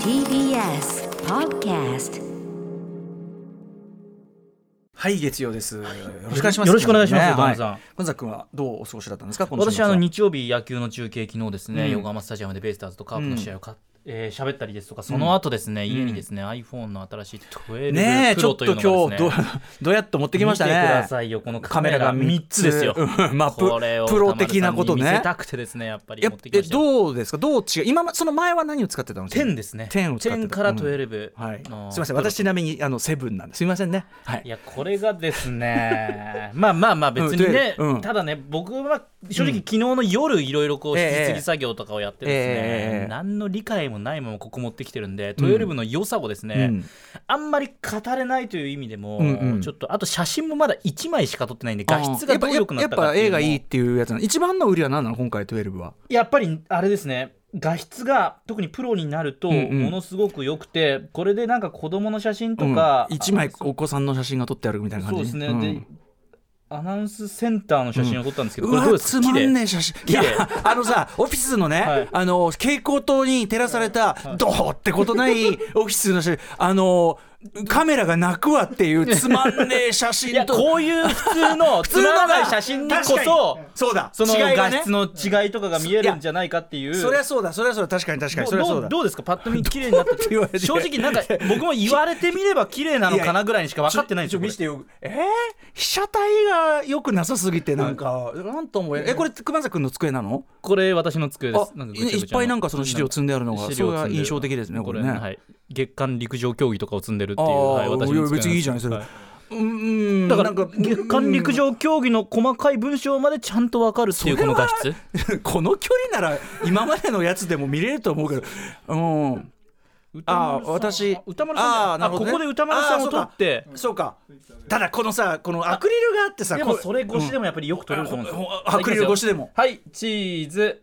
TBS Podcast はい、月曜です。よろしくお願いします。よろしくお願いしますよねは田中さん小野崎君はどうお過ごしだったんですか。この週私末あはの日曜日野球の中継昨日ですうね、ん横浜スタジアムでベイスターズとカープの試合をか、えー喋ったりですとかその後ですね、家にですね iPhone の新しいね12え、ちょっ黒とというの今日がですね、どどう やっと持ってきましたね。見てくださいよこのカメラが3つですよ、うんまあプこれをプロ的なことね田丸さんに見せたくてですねやっぱりや持っってきえましたよどうですか。どう違う。今まその前は何を使ってたの。 10ですね10を使ってた10からうん12、はい。のすみません。私ちなみにあのセブンなんです。すみませんね。はいい。やこれがですねまあまあまあ別にね、うんうんただね僕は正直昨日の夜いろいろこうえ引えき継ぎ作業とかをやってですね、ええ何の理解もないままここ持ってきてるんで、トヨルブの良さをですね、うんあんまり語れないという意味でも、うんうんちょっとあと写真もまだ1枚しか撮ってないんで画質がどう良くなっやたっかっぱてい映うの画もいいっていうやつなの一番の売りは何なの今回12は。やっぱりあれですね画質が特にプロになるとうんうんものすごく良くて、これでなんか子供の写真とか、うん一枚お子さんの写真が撮ってあるみたいな感そうじ。ですね、んでアナウンスセンターの写真を撮ったんですけど、うこれどうわですつかま綺麗んねえ写真い麗やあのさオフィスのね、はいあの蛍光灯に照らされた、どうってことないオフィスの写真あのカメラが泣くわっていうつまんねえ写い真やとこういう普 通のつまらない写真にこ確そかにそうだその違いが画ね質の違いとかが見えるんじゃないかっていう。そりゃそうだそりゃそうだ確かに確かにどそりゃそうどうだどうですかパッと見綺麗になっどうたって言われて正直なんか僕も言われてみれば綺麗なのかなぐらいにしか分かってないんですちょよちょ見せてよえー、被写体が良くなさすぎてなんか、なんともええこれ熊崎君の机なのこれ私の机であすなんかぐちゃぐちゃいっぱいなんかその資料積んであるのが資それ料積んでがる印象的ですねこれねはい、月間陸上競技とかを積んでるってあいう、あはい、ー、私いのや机別にいいじゃないですかうは、んだかならんか月間陸上競技の細かい文章までちゃんと分かるっていうこの画質 この距離なら今までのやつでも見れると思うけど、うん、あー私歌丸さんあーじゃなないあるほどこねこで歌丸さんあーをそう撮かってそうかただこのさこのアクリルがあってさでもこうそれ越しでもやっぱりよく撮れると思うんですよほほアクリル越しでもはいチーズ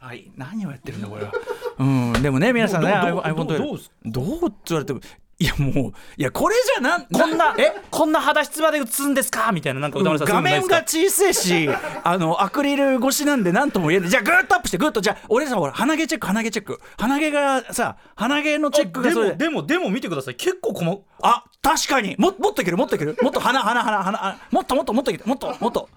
はい何をやってるんだこれはうんでもね皆さんねどう iPhone どうどうどうどうって言われてもいやもういやこれじゃなんこん なえこんな裸足まで映すんですかみたいななんか歌丸さん画面がち小さい しあのアクリル越しなんで何とも言えないじゃあグーッとアップしてグーッとじゃあ俺さほら鼻毛チェック鼻毛チェック鼻毛がさ鼻毛のチェックがでそれもでもでも見てください結構細あ確かにももっといけるもっといけるもっと鼻鼻鼻鼻あもっともっともっといけるもっともっと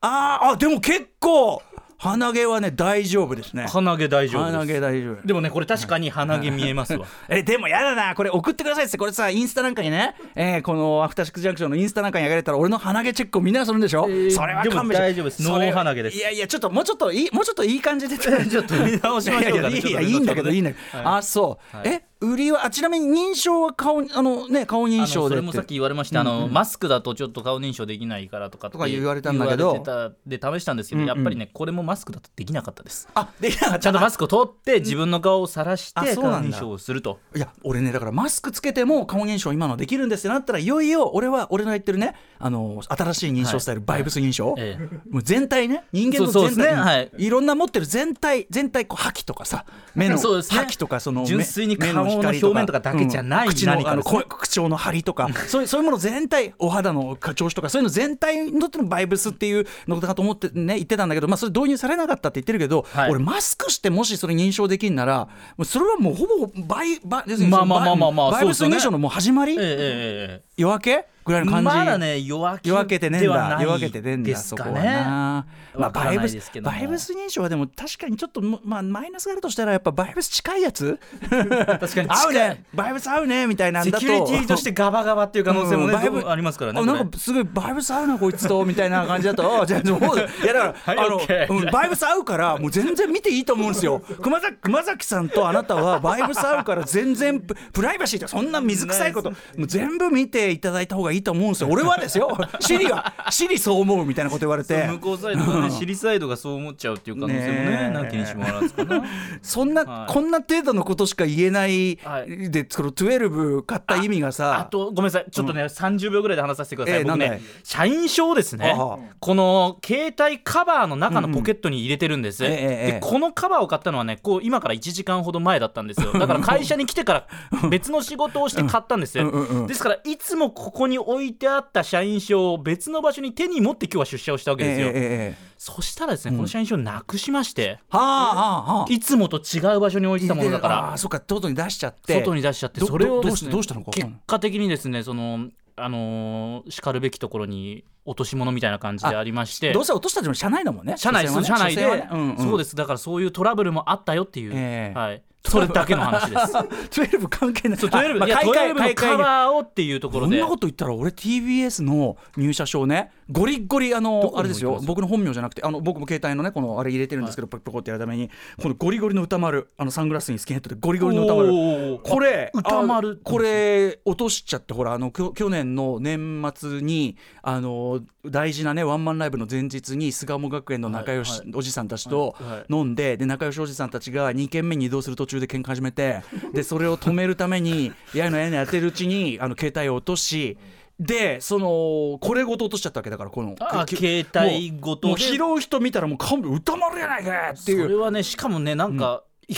あーあでも結構鼻毛はね大丈夫ですね鼻毛大丈夫です鼻毛大丈夫でもねこれ確かに鼻毛見えますわえでもやだなこれ送ってくださいっつってこれさインスタなんかにね、えーこのアフターシックスジャンクションのインスタなんかに上げられたら俺の鼻毛チェックをみんながするんでしょ、ーそれはでも勘弁して大丈夫ですそれはノー鼻毛ですいやいやちょっともうちょっといいもうちょっといい感 じでちょっと見直しましょうかねいやいちょやっといやねいいんだけどちょっとねいいんだけど、はいあそう、はいえ売りはあちなみに認証は顔にあのね顔あ認の証そでれってもさっき言われました、あのマスクだとちょっと顔認証できないからとかととか言われたんだけどで試したんですけど、うんうんやっぱりねこれもマスクだとできなかったですあできなかったちゃんとマスクを取って自分の顔を晒してあ顔そうなん認だ証をするといや俺ねだからマスクつけても顔認証今のできるんですってなったらいよいよ俺は俺の言ってるねあの新しい認証スタイル、バイブス認証、ええもう全体ね人間のそう全そうで体すねはいいろんな持ってる全体全体こう覇気とかさ目のそうですね覇気とかその目純粋に目顔の光表面とかだけじゃないうん口の何かあのですね声口調の張りとかそういうそういうもの全体お肌の調子とかそういうの全体にとってのバイブスっていうのだと思ってね言ってたんだけどまあそれ導入されなかったって言ってるけど、はい俺マスクしてもしそれ認証できんならもうそれはもうほぼ倍倍要するにまあまあまあまあまあバイブスそうです認証よねのもう始まり、ええええええ夜明けぐらいの感じまだね夜明け夜明けてねえんではなだい夜明けてねえんでだすそかこねはなまあわかバらイなブいスですけどもバイブス認証はでも確かにちょっともまあマイナスがあるとしたらやっぱバイブス近いやつ 確か に合うねバイブス合うねみたいなんセだとキュリティとしてガバガバっていう可能性もうんね、バイブどうありますからねあこれなんかすごいバイブス合うなこいつとみたいな感じだとあじゃ あもういやだから、はいあの、オッケーうんバイブス合うからもう全然見ていいと思うんですよ熊崎熊崎さんとあなたはバイブス合うから全然ププライバシーってそんな水臭いこともう全部見ていただいた方がいいと思うんですよ俺はですよシリはシリそう思うみたいなこと言われて向こうサイドがねシリサイドがそう思っちゃうっていう可能性もねねえなきにしもあらずかなそんな、はいこんな程度のことしか言えない、はいでこの12買った意味がさあとごめんなさいちょっとね、30秒ぐらいで話させてください、ええ僕なんねだい社員証ですねああこの携帯カバーの中のポケットに入れてるんです、うんうんええええでこのカバーを買ったのはねこう今から1 時間ほど前だったんですよだから会社に来てから別の仕事をして買ったんです、うんうんうんですからいつつもここに置いてあった社員証を別の場所に手に持って今日は出社をしたわけですよ、ええそしたらですね、この社員証をなくしましてはあはあはあいつもと違う場所に置いてたものだかあらーそっか外に出しちゃって外に出しちゃってどそれどをでどうすしねどうしたのかわかん結ない果的にですねそのあのー、叱るべきところに落とし物みたいな感じでありましてどうせ落としたでも車内だもんね社内所詮はね社内所詮はでねうんうん、そうですだからそういうトラブルもあったよっていう、ええはい、それだけの 話です12関係ないそう12、あいや買い替え買12のい替えカバーをっていうとこころんでなこと言ったら俺 TBS の入社証ねゴリッゴリあどのこにあれです置いよてます僕の本名じゃなくてあの僕も携帯のねこのあれ入れてるんですけどパッパコってやるためにこのゴリゴリの歌丸あのサングラスにスキンヘッドでゴリゴリの歌丸おーこれあ歌丸あこれ落としちゃってほらあのきょ去年の年末にあの大事なねワンマンライブの前日に巣鴨学園の仲良し、はいはいおじさんたちとはいはい飲んでで仲良しおじさんたちが2軒目に移動する途中で喧嘩始め てでそれを止めるためにやいのやいのやってるうちにあの携帯を落としでそのこれごと落としちゃったわけだからこのあき携帯ごともうもうで拾う人見たらもう完璧歌丸やないかっていそうれはねしかもねなんか、よ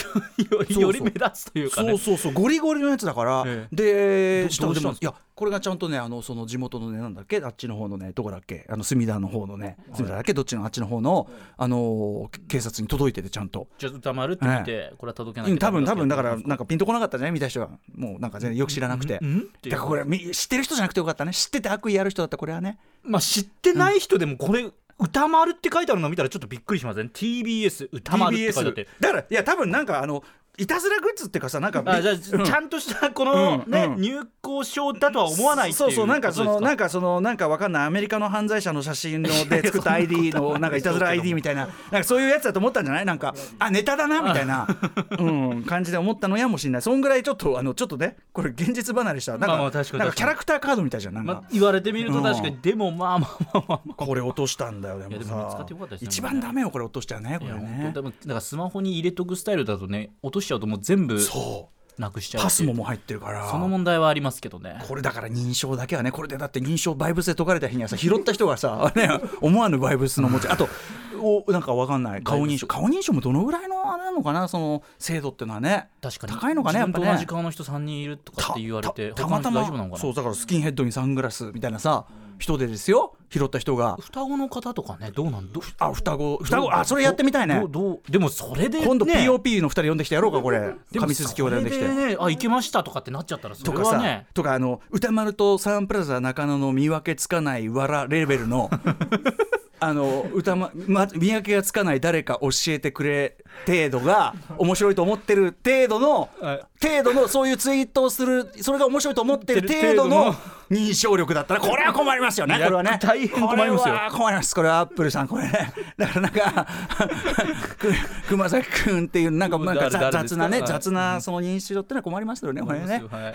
そうそりうより目立つというかねそうそうそうゴリゴリのやつだから、えでどしかもでどうもしいやこれがちゃんとねあのその地元のねなんだっけあっちの方のねどこだっけあの隅田の方のね隅田だっけどっちのあっちの方の、あのー警察に届いててちゃんと。じゃあ歌丸って見て、これは届けなういん多分多分だからなんかピンとこなかったんじゃない見た人はもうなんか全然よく知らなくて、うんうんっていうだからこれみ知ってる人じゃなくてよかったね知ってて悪意ある人だったこれはねまあ知ってない人でもこれ、歌丸って書いてあるの見たらちょっとびっくりしません TBS 歌丸って書いてあってだからいや多分なんかあのいたずらグッズっていうかさなんかあじゃあちゃんとしたこの、うんね、うん入校証だとは思わないっていうそうそうなんかそのことですなんかそのなんかわかんないアメリカの犯罪者の写真ので作った ID のなんかいたずら ID みたいななんかそういうやつだと思ったんじゃないなんかあネタだなみたい な、うん、感じで思ったのやもしれないそんぐらいちょっとあのちょっとねこれ現実離れしたなんか,、まあまあ確かになんか確キかャにラクターカードみたいじゃんなんか、まあ、言われてみると確かに、うでもまあまあまあまあまあこれ落としたんだよでいやもでさも見つかってよかったですね一番ダメよこれ落としちゃうねこいれやね本当でもだからスマホに入れとくスタイルだとね落としちゃうともう全部そなくしちうゃうパスモっていうも入ってるからその問題はありますけどねこれだから認証だけはねこれでだって認証バイブスで解かれた日にはさ拾った人が さ、ね、思わぬバイブスの持ちあとおなんかわかんない顔認証顔認証もどのぐらいのあれなのかなその精度っていうのはね確かに高いのかねやっぱ自分と同じね顔の人3人いるとかって言われてた他たのまた人大丈夫なのまかそなうだからスキンヘッドにサングラスみたいなさ人でですよ拾った人が双子の方とかねどうなんどあ双子双子あそれやってみたいねどうどうでもそれで、ね、今度 POP の2人呼んできてやろうかこれでも上鈴木を呼んできそてれ。ねあ行けましたとかってなっちゃったらそとれかはさ、ねとかあの歌丸とサンプラザ中野の見分けつかないわらレベル のあの歌、まま、見分けがつかない誰か教えてくれ程度が面白いと思ってる程度のはい程度のそういうツイートをするそれが面白いと思ってる程度程度のの認証力だったらこれは困りますよねいこやれはね大変困りますよこれは困りますこれはアップルさんこれね だからなんかく熊崎君っていうなんかなんか誰ざ誰で雑すかなねはい雑なその認証ってのは困りますよねこれね。はい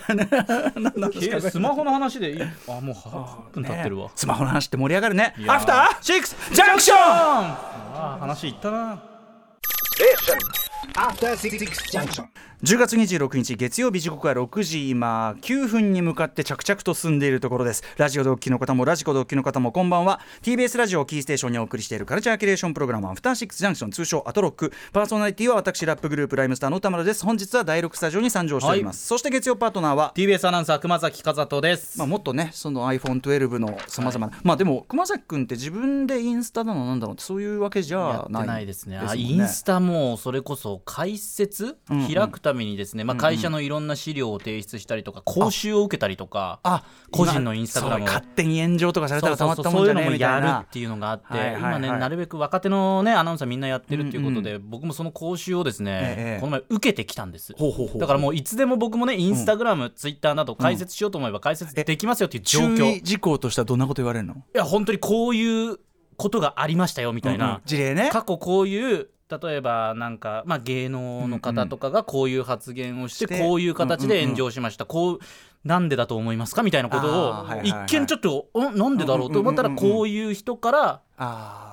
えスマホの話でい いあもう8分経ってるわ、スマホの話って盛り上がるねいやーアフターシックスジャンクションああ話いったな After Six Junction. 10月26日月曜日時刻は6時今9分に向かって着々と進んでいるところですラジオ同期の方もラジコ同期の方もこんばんは TBS ラジオをキーステーションにお送りしているカルチャーキュレーションプログラムアフターシックスジャンクション通称アトロックパーソナリティは私ラップグループライムスターの歌丸です本日は第6スタジオに参上しております、そして月曜パートナーは TBS アナウンサー熊崎和人です、まあ、もっとねその iPhone12 のさまざまな、まあでも熊崎君って自分でインスタだのなんだろうってそういうわけじやゃってないないですねもあんインスタもそれこそ解説、んうん開くためにですね、まあ、会社のいろんな資料を提出したりとか講習を受けたりとかあ個人のインスタグラムをそう勝手に炎上とかされたそらうたそまうっそたもんじうそういうゃのねえもみたやいるなっていうのがあって、はいはいはい今ねなるべく若手のねアナウンサーみんなやってるっていうことで、僕もその講習をですね、ええこの前受けてきたんですほうほうほうだからもういつでも僕もねインスタグラム、ツイッターなど解説しようと思えば解説できますよっていう状況、注い意事項としてはどんなこと言われるのみや本当にこういうことがありましたよみたいな、事例ね過去こういう例えばなんか、まあ、芸能の方とかがこういう発言をしして,、てこういう形で炎上しました、こうなんでだと思いますかみたいなことを、あーはいはいはい一見ちょっと、んなんでだろうと思ったら、うんうんうんうんこういう人からあ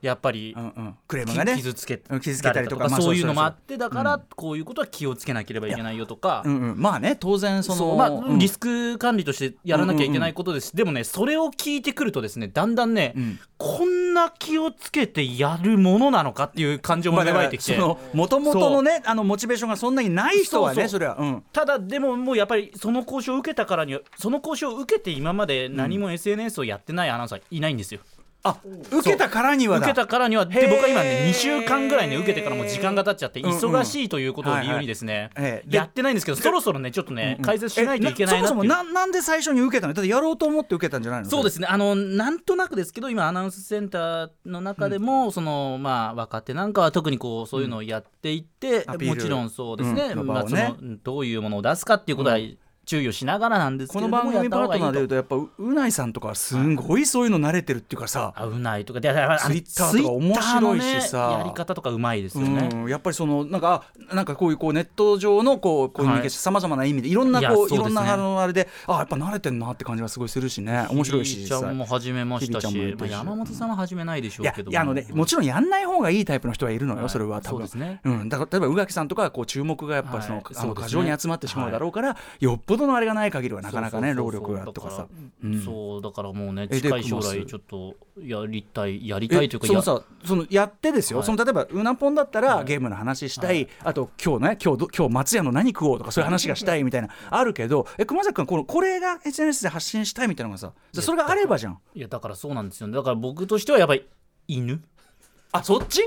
やっぱり、うんうん、クレームがね傷つけうん傷つけたりとかまあそういうのもあそっうてだからこういうことは気をつけなければいけないよとかうんうん、まあね当然そのそうまあうんリスク管理としてやらなきゃいけないことですしでもねそれを聞いてくるとですねだんだんねうんこんな気をつけてやるものなのかっていう感情もまあ芽だか生えらてきそて。の元々のねあのモチベーションがそんなにない人はねそそうそうれはうんただでももうやっぱりその交渉を受けたからにはその交渉を受けて今まで何も SNS をやってないアナウンサーいないんですよ、あ受けたからには受だけたからにはへでー僕は今ね2週間ぐらいね受けてからもう時間が経っちゃってんうん忙しいということを理由にですねはいはいええでやってないんですけどそろそろねちょっとね解説しないといけないえなそっもていそうもななんで最初に受けたのだってやろうと思って受けたんじゃないのそうですすねあのなんとなくですけど今アナウンスセンターの中でも、そのまあ若手なんかは特にこうそういうのをやっていって、アピールもちろんそうですね,、うんまあのそ場をねのうんどういうものを出すかっていうことは注意をしながらなんですけこれのども、番や組ったパ方ートがいいナーとでいうとやっぱううないさんとかはすんごいそういうの慣れてるっていうかさ、危ないとかでだからあのツイッターとか面白いしさツイッターのねやり方とかうまいですよね、うん、やっぱりそのなんかあなんかこういうこうネット上のこうコミュニケーションさまざまな意味でいろんないやこそうういですねろんなあのあれであやっぱ慣れてんなって感じがすごいするしね面白いしひー実ちゃん際も始めましたひしーちゃんもやってまあ、るし山本さんは始めないでしいょうやけどいやあのねもちろんやんない方がいいタイプの人はいるのよ、はいそれは多そう分ですねうん、だから例えば宇垣さんとかはこう注目がやっぱその,、はいあそのうですね過剰に集まってしまうだろうから、よっぽどのあれがない限りはなかなかねそう労そうそう力がとかさ。だらそうだからもうねえ近いでき将ます来ちょっとやりたいやりたいというえかそやのさそのやってですよ、はいその例えばうなぽんだったら、ゲームの話したい、あと今日ね今日ど今日松屋の何食おうとかそういう話がしたいみたいなあるけどえ熊崎君このこれが SNS で発信したいみたいなのがさじゃあそれがあればじゃんいやだからそうなんですよねだから僕としてはやっぱり犬あそっち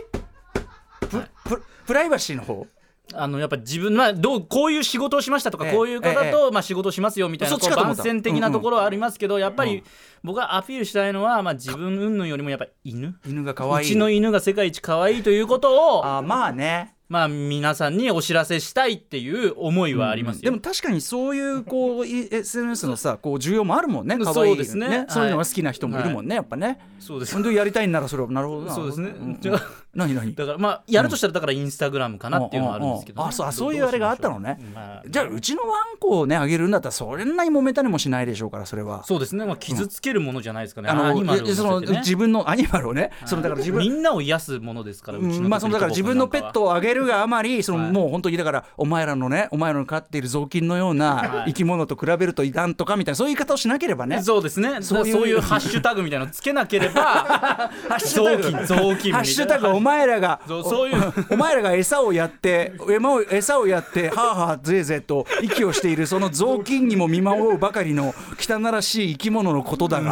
プ,、ププライバシーの方あのやっぱ自分はどうこういう仕事をしましたとか、ええこういうえ方えと、まあ、仕事をしますよみたいなそっちこかとう思番った宣的なところはありますけど、やっぱり僕がアピールしたいのは、まあ、自分云々よりもやっぱ犬犬が可愛いうちの犬が世界一可愛いということをあまあねまあ、皆さんにお知らせしたいっていう思いはありますよ、でも確かにそういうこうい SNS のさこう需要もあるもんね可愛いそうですねはいそういうのが好きな人もいるもんね、やっぱねそうです本当にやりたいんならそれはなるほどなそうですねんじゃあ何何だからまあやるとしたらだからインスタグラムかなっていうのはあるんですけどね、うんうんうんあそうあどそういうあれがあったのねどうしましょうまあじゃあうちのワンコをねあげるんだったらそんなに揉めたりもしないでしょうからそれは。そうですね、まあ、傷つけるものじゃないですかね、あのアニマルを乗えせてそねの自分のアニマルをね、そのだから自分みんなを癒すものですからうちうのんまあそのだから自分のペットをあげるがあまりそのはいもう本当にだからお前らのねお前らの飼っている雑巾のようなはい生き物と比べるといかんとかみたいなそういう言い方をしなければね。そうですねそそうういいううハッシュタグみたいなのつけなければハッシ雑ュタグ巾雑巾みたいなハッシュタグお前らがそうそういう お前らが餌をやって馬を餌をやってはあはあぜいぜいと息をしているその雑巾にも見守ろうばかりの汚らしい生き物のことだが。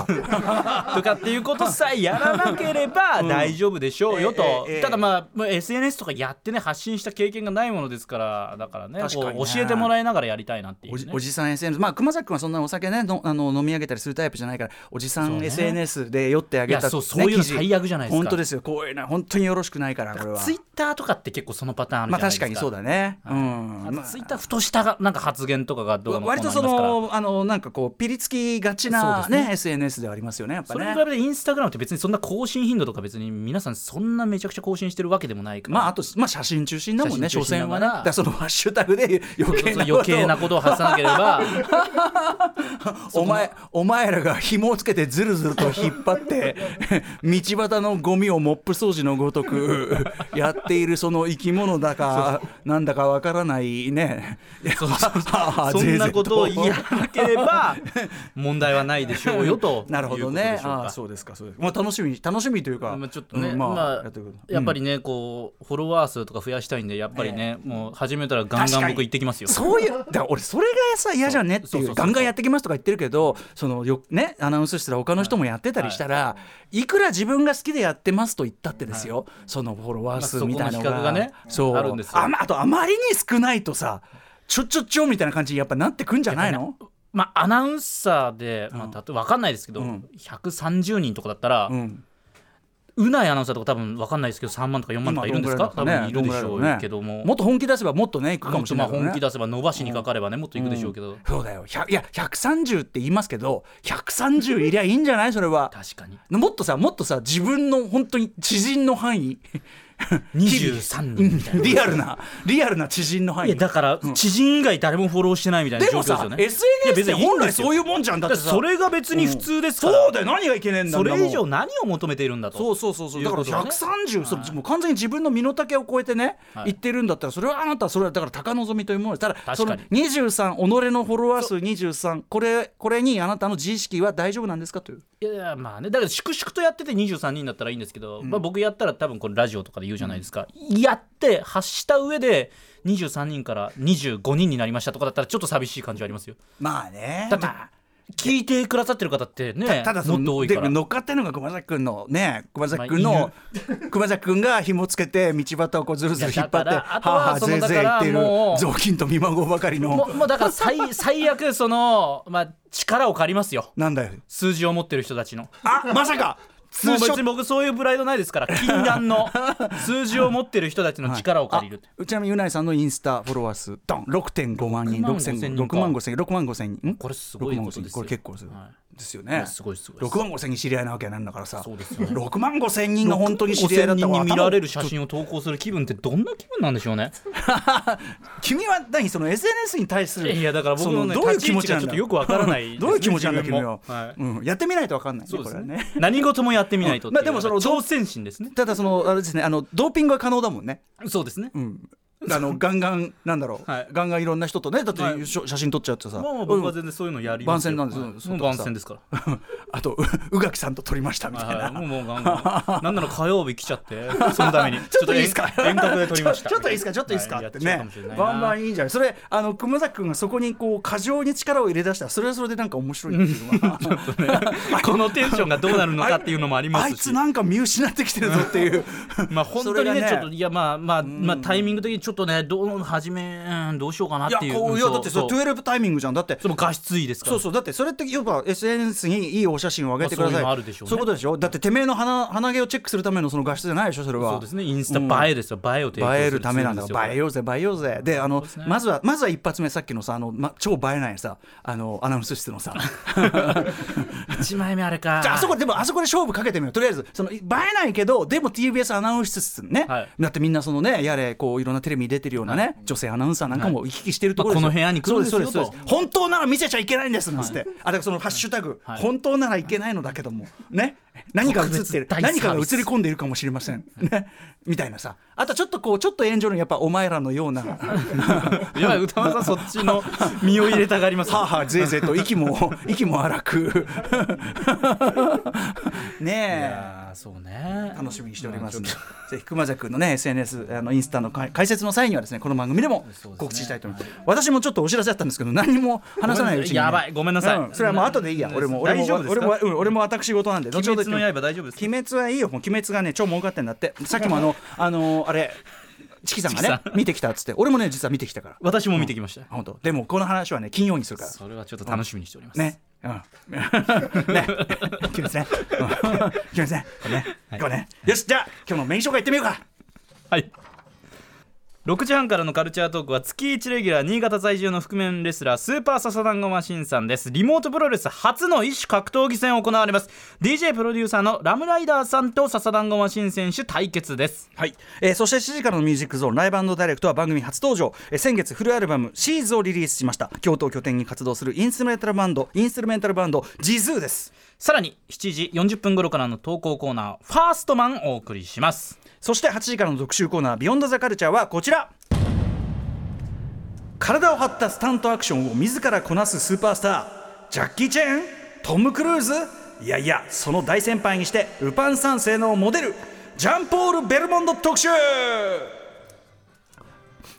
とかっていうことさえやらなければ大丈夫でしょうよと、ええええただまあまあ SNS とかやってね発信した経験がないものですからだからね確かにねこう教えてもらいながらやりたいなっていう、おねじおじさん SNS、まあ、熊崎君はそんなお酒ねのあの飲み上げたりするタイプじゃないからおじさそうんね SNS で酔ってあげたいやそうそういうの記事最悪じゃないですか本当ですよこういうのは本当によろしくないからこれはツイッターとかって結構そのパターンあるまじあゃない確ですか、かにそうだね、うんまあとツイッターふとしたがなんか発言とかがどあ、うのこう割のとありまそすからのあのなんかこうピリつきがちな、そうでねす SNS ではありますよねやっぱそれねに比べてインスタグラムって別にそんな更新頻度とか別に皆さんそんなめちゃくちゃ更新してるわけでもないからまああと、まあ、写真中心だもんね写所真中心詮だはからねだからそのハッシュタグで余計なことを余計なことを発さなけ ればお前お前らが紐をつけてずるずると引っ張って 道端のゴミをモップ掃除のごとく やっているその生き物だかなんだかわからないね そんなことをい言いなけ れば問題はないでしょうよとなるほどいうことでねしょうああかそうですかそうですか、まあ、楽しみに楽しみというか、まあ、ちょっとね、うんまあややってくるっぱりねこうフォロワー数とか増やしたいんでやっぱりね、もう始めたらガン確かガにン僕行ってきますよそういうだから俺それがさ嫌じゃねってそういそうそううガンガンやってきますとか言ってるけどそのよねアナウンス室で他の人もやってたりしたらいくら自分が好きでやってますと言ったってですよそのフォロワー数みたいなのまあそこの比較がねそうあるんですよあまあとあまりに少ないとさちょちょちょみたいな感じにやっぱなってくんじゃないのまあアナウンサーで、まあ、たと分かんないですけど、うん130人とかだったら、うんうなえアナウンサーとか多分分かんないですけど3万とか4万とかいるんですか今ど多んぐらい分いるでしょだろうけども、ねもっと本気出せばもっとねいくかももっしとれまないあけど本ね気出せば伸ばしにかかればね、もっといくでしょうけど、そうだよ100いや130って言いますけど130いりゃいいんじゃないそれは確かにもっとさもっとさ自分の本当に知人の範囲23人みたいな。リアルなリアルな知人の範いや囲だから知人以外誰もフォローしてないみたいなで状況もですさよね。い SNS やっ別てにいい本んで来すよそういうもんじゃんだっだてってさそれが別に普通ですから、そうだよ何がいけねえんだそれ以も上う何を求めているんだとそうそうそうそうだからいうことですね130、それもう完全に自分の身の丈を超えてね、はい言ってるんだったらそれはあなたはそれはだから高望みというものですただかにその23己のフォロワー数23これこれにあなたの自意識は大丈夫なんですかといういやいやまあねだから粛々とやってて23人だったらいいんですけど、まあ、僕やったら多分このラジオとかで言うじゃないですか、やって発した上で23人から25人になりましたとかだったらちょっと寂しい感じはありますよまあねだってまあ聞いてくださってる方ってねたただそもっとの多いでから乗っかってるのが熊崎君のね熊崎君の、熊崎君が紐つけて道端をこうずるずる引っ張っていやだはからああとははあそのぜいぜい言だからっているもう雑巾と見まごうばかりものうもうだか ら最最悪その、まあ、力を借りますよなんだよ数字を持ってる人たちの。あまさかも通う別称に僕そういうプライドないですから禁断 の数字を持ってる人たちの力を借りる、あちなみにうないさんのインスタフォロワー数ドン6.5万人6万5000人か6万5千人6万5千人んこれすごい6万ことですよこれ結構する、はですよいねやすごいすごいです6万5千人知り合いなわけなんだからさそうですよね6万5千人が本当に知り合いだった5000人わに見られる写真を投稿する気分ってどんな気分なんでしょうね君は何その SNS に対するいやだから僕のねそどういう気持ちなんだ立ち位置がちょっとよくわからないですねどういう気持ちなんだ自分君もは、はいうん、やってみないとわかんないねそうでこれすはねね何事もやってみないとっていうんまうあでもその挑戦心ですねただそのあれですねあのドーピングは可能だもんねそうですね、うんあ のガンガンなんだろう、はいガンガンいろんな人とねだって、はいしょ写真撮っちゃってさ、まあまあ僕は全然そういうのやりますよ番宣なんですよはいそう番宣ですかあとう宇垣さんと撮りましたみらたいはいな、 もうもうガンガンなんなら火曜日来ちゃってそのためにちょっといいですかちょっと遠遠隔で撮りましたちょっといいですかちょっといいですかはってやっちゃうねもしれないなバンバンいいんじゃないそれあの熊崎君がそこにこう過剰に力を入れ出したらそれはそれでなんか面白いっていうのは このテンションがどうなるのかっていうのもありまあいすしつなんか見失ってきてるぞって いうまあ本当にそねれがねちょっといやまあまあまあタイミング的にちょっとねどう始めうんどうしようかなっいやていうこういやんだってそれそう12タイミングじゃんだってそれも画質いいですからそうそうだってそれって要は SNS にいいお写真を上げてください、まあそういうのあるでしょうねそういうことでしょだっててめえの鼻鼻毛をチェックするためのその画質じゃないでしょそれはそうですねインスタ映えですよ、映えを提供する映えるためなんだから映えよようぜ映えようぜであのですねまずはまずは一発目さっきのさあの、ま、超映えないさあのアナウンス室の さ1枚目あれかじゃああそこでもあそこで勝負かけてみようとりあえずその映えないけどでも TBS アナウンス室ね、はいだってみんなそのねやれこういろんなテレビに出てるようなね、女性アナウンサーなんかも行き来してるところですよまあこの部屋に来るんですよそうそうそうと本当なら見せちゃいけないんですなんつって、あだからそのハッシュタグ、はい本当ならいけないのだけどもね何かが映ってる特別大サー何ビスかが映り込んでいるかもしれません、ね、みたいなさあとちょっとこうちょっと炎上のやっぱお前らのようないや歌丸さんそっ ちの身を入れたがりますはあはあぜいぜいと息も息も荒 くねえああそうね楽しみにしておりますので、 ぜひ熊崎君のね SNS あのインスタの解解説の際にはですねこの番組でもそうですね告知したいと思います。私もちょっとお知らせだったんですけど何も話さないうちに、ね、やばいごめんなさいうんそれはもう後でいいや。うん俺も俺大も丈夫です俺かもうん俺も私事なんで鬼滅の刃大丈夫ですか鬼滅はいいよ。もう鬼滅がね超儲かってんだ って。さっきもあのあのあれチキさんがチねキさん見てきたっつって俺もね実は見てきたから。私も見てきました、本当。でもこの話はね金曜にするから。それはちょっと楽しみにしております、ね。うん。ね。 決めですね。うん決めですね。これね。これね。よし、じゃあ、今日のメイン紹介いってみようか。はい6時半からのカルチャートークは月1レギュラー新潟在住の覆面レスラースーパーササダンゴマシンさんですリモートプロレス初の一種格闘技戦を行われます DJ プロデューサーのラムライダーさんとササダンゴマシン選手対決ですはい、えーそして7時からのミュージックゾーンライブダイレクトは番組初登場、えー先月フルアルバム「シーズをリリースしました京都を拠点に活動するインストゥルメンタルバンドインストゥルメンタルバンドジズーですさらに7時40分頃からの投稿コーナーファーストマンお送りしますそして8時からの特集コーナー「ビヨンドザカルチャーはこちら体を張ったスタントアクションを自らこなすスーパースタージャッキー・チェーントム・クルーズいやいやその大先輩にしてルパン三世のモデルジャンポール・ベルモンド特集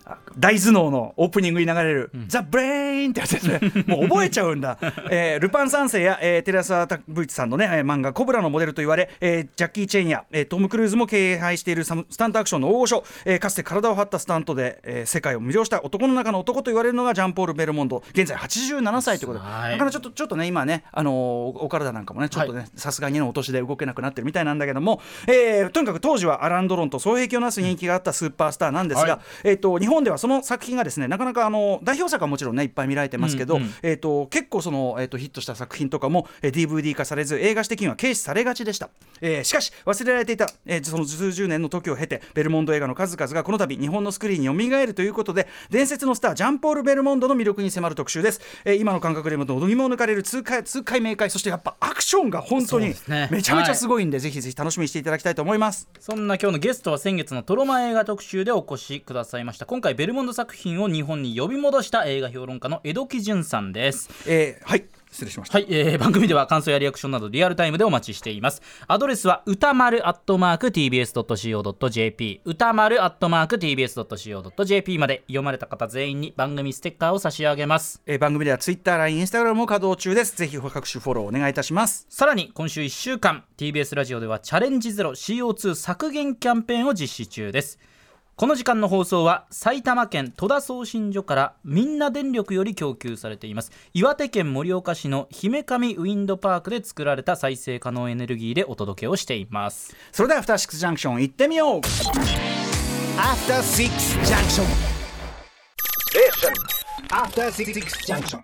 あ大頭脳のオープニングに流れる「ザ・ブレイン」ってやつですねもう覚えちゃうんだ、えールパン三世や、えー、寺澤武一さんのねえー漫画「コブラ」のモデルと言われ、えージャッキー・チェンや、えートム・クルーズも敬愛しているサムスタントアクションの大御所、えーかつて体を張ったスタントで、えー世界を魅了した男の中の男と言われるのがジャンポール・ベルモンド現在87歳ということではいなかなかちょっとちょっとね今ね、あのーお体なんかもねちょっとねさすがにのお年で動けなくなってるみたいなんだけども、えーとにかく当時はアラン・ドロンと双璧をなす人気があったスーパースターなんですが、はいえー、と日本本ではその作品がですねなかなかあの代表作はもちろんねいっぱい見られてますけど、うんうんえー、と結構その、えー、とヒットした作品とかも、えー DVD 化されず映画史的には軽視されがちでした、えーしかし忘れられていた、えーその数十年の時を経てベルモンド映画の数々がこの度日本のスクリーンに蘇るということで伝説のスタージャンポール・ベルモンドの魅力に迫る特集です、えー今の感覚でもどぎもを抜かれる痛快痛快明快そしてやっぱアクションが本当そうにですねめちゃめちゃすごいんで、ぜひぜひ楽しみにしていただきたいと思いますそんな今日のゲストは先月のトロマ映画特集でお越しくださいました今回ベルモンド作品を日本に呼び戻した映画評論家の江戸木淳さんですえーはい失礼しましたはい、えー番組では感想やリアクションなどリアルタイムでお待ちしていますアドレスは歌丸アットマーク TBS.CO.JP 歌丸アットマーク TBS.CO.JP まで読まれた方全員に番組ステッカーを差し上げますえー番組では Twitter、LINE、Instagram も稼働中です。ぜひ各種フォローお願いいたします。さらに今週1週間 TBS ラジオではチャレンジゼロ CO2 削減キャンペーンを実施中ですこの時間の放送は埼玉県戸田送信所からみんな電力より供給されています岩手県盛岡市の姫上ウィンドパークで作られた再生可能エネルギーでお届けをしていますそれではアフターシックスジャンクション行ってみよう After Six Junction. After Six Junction.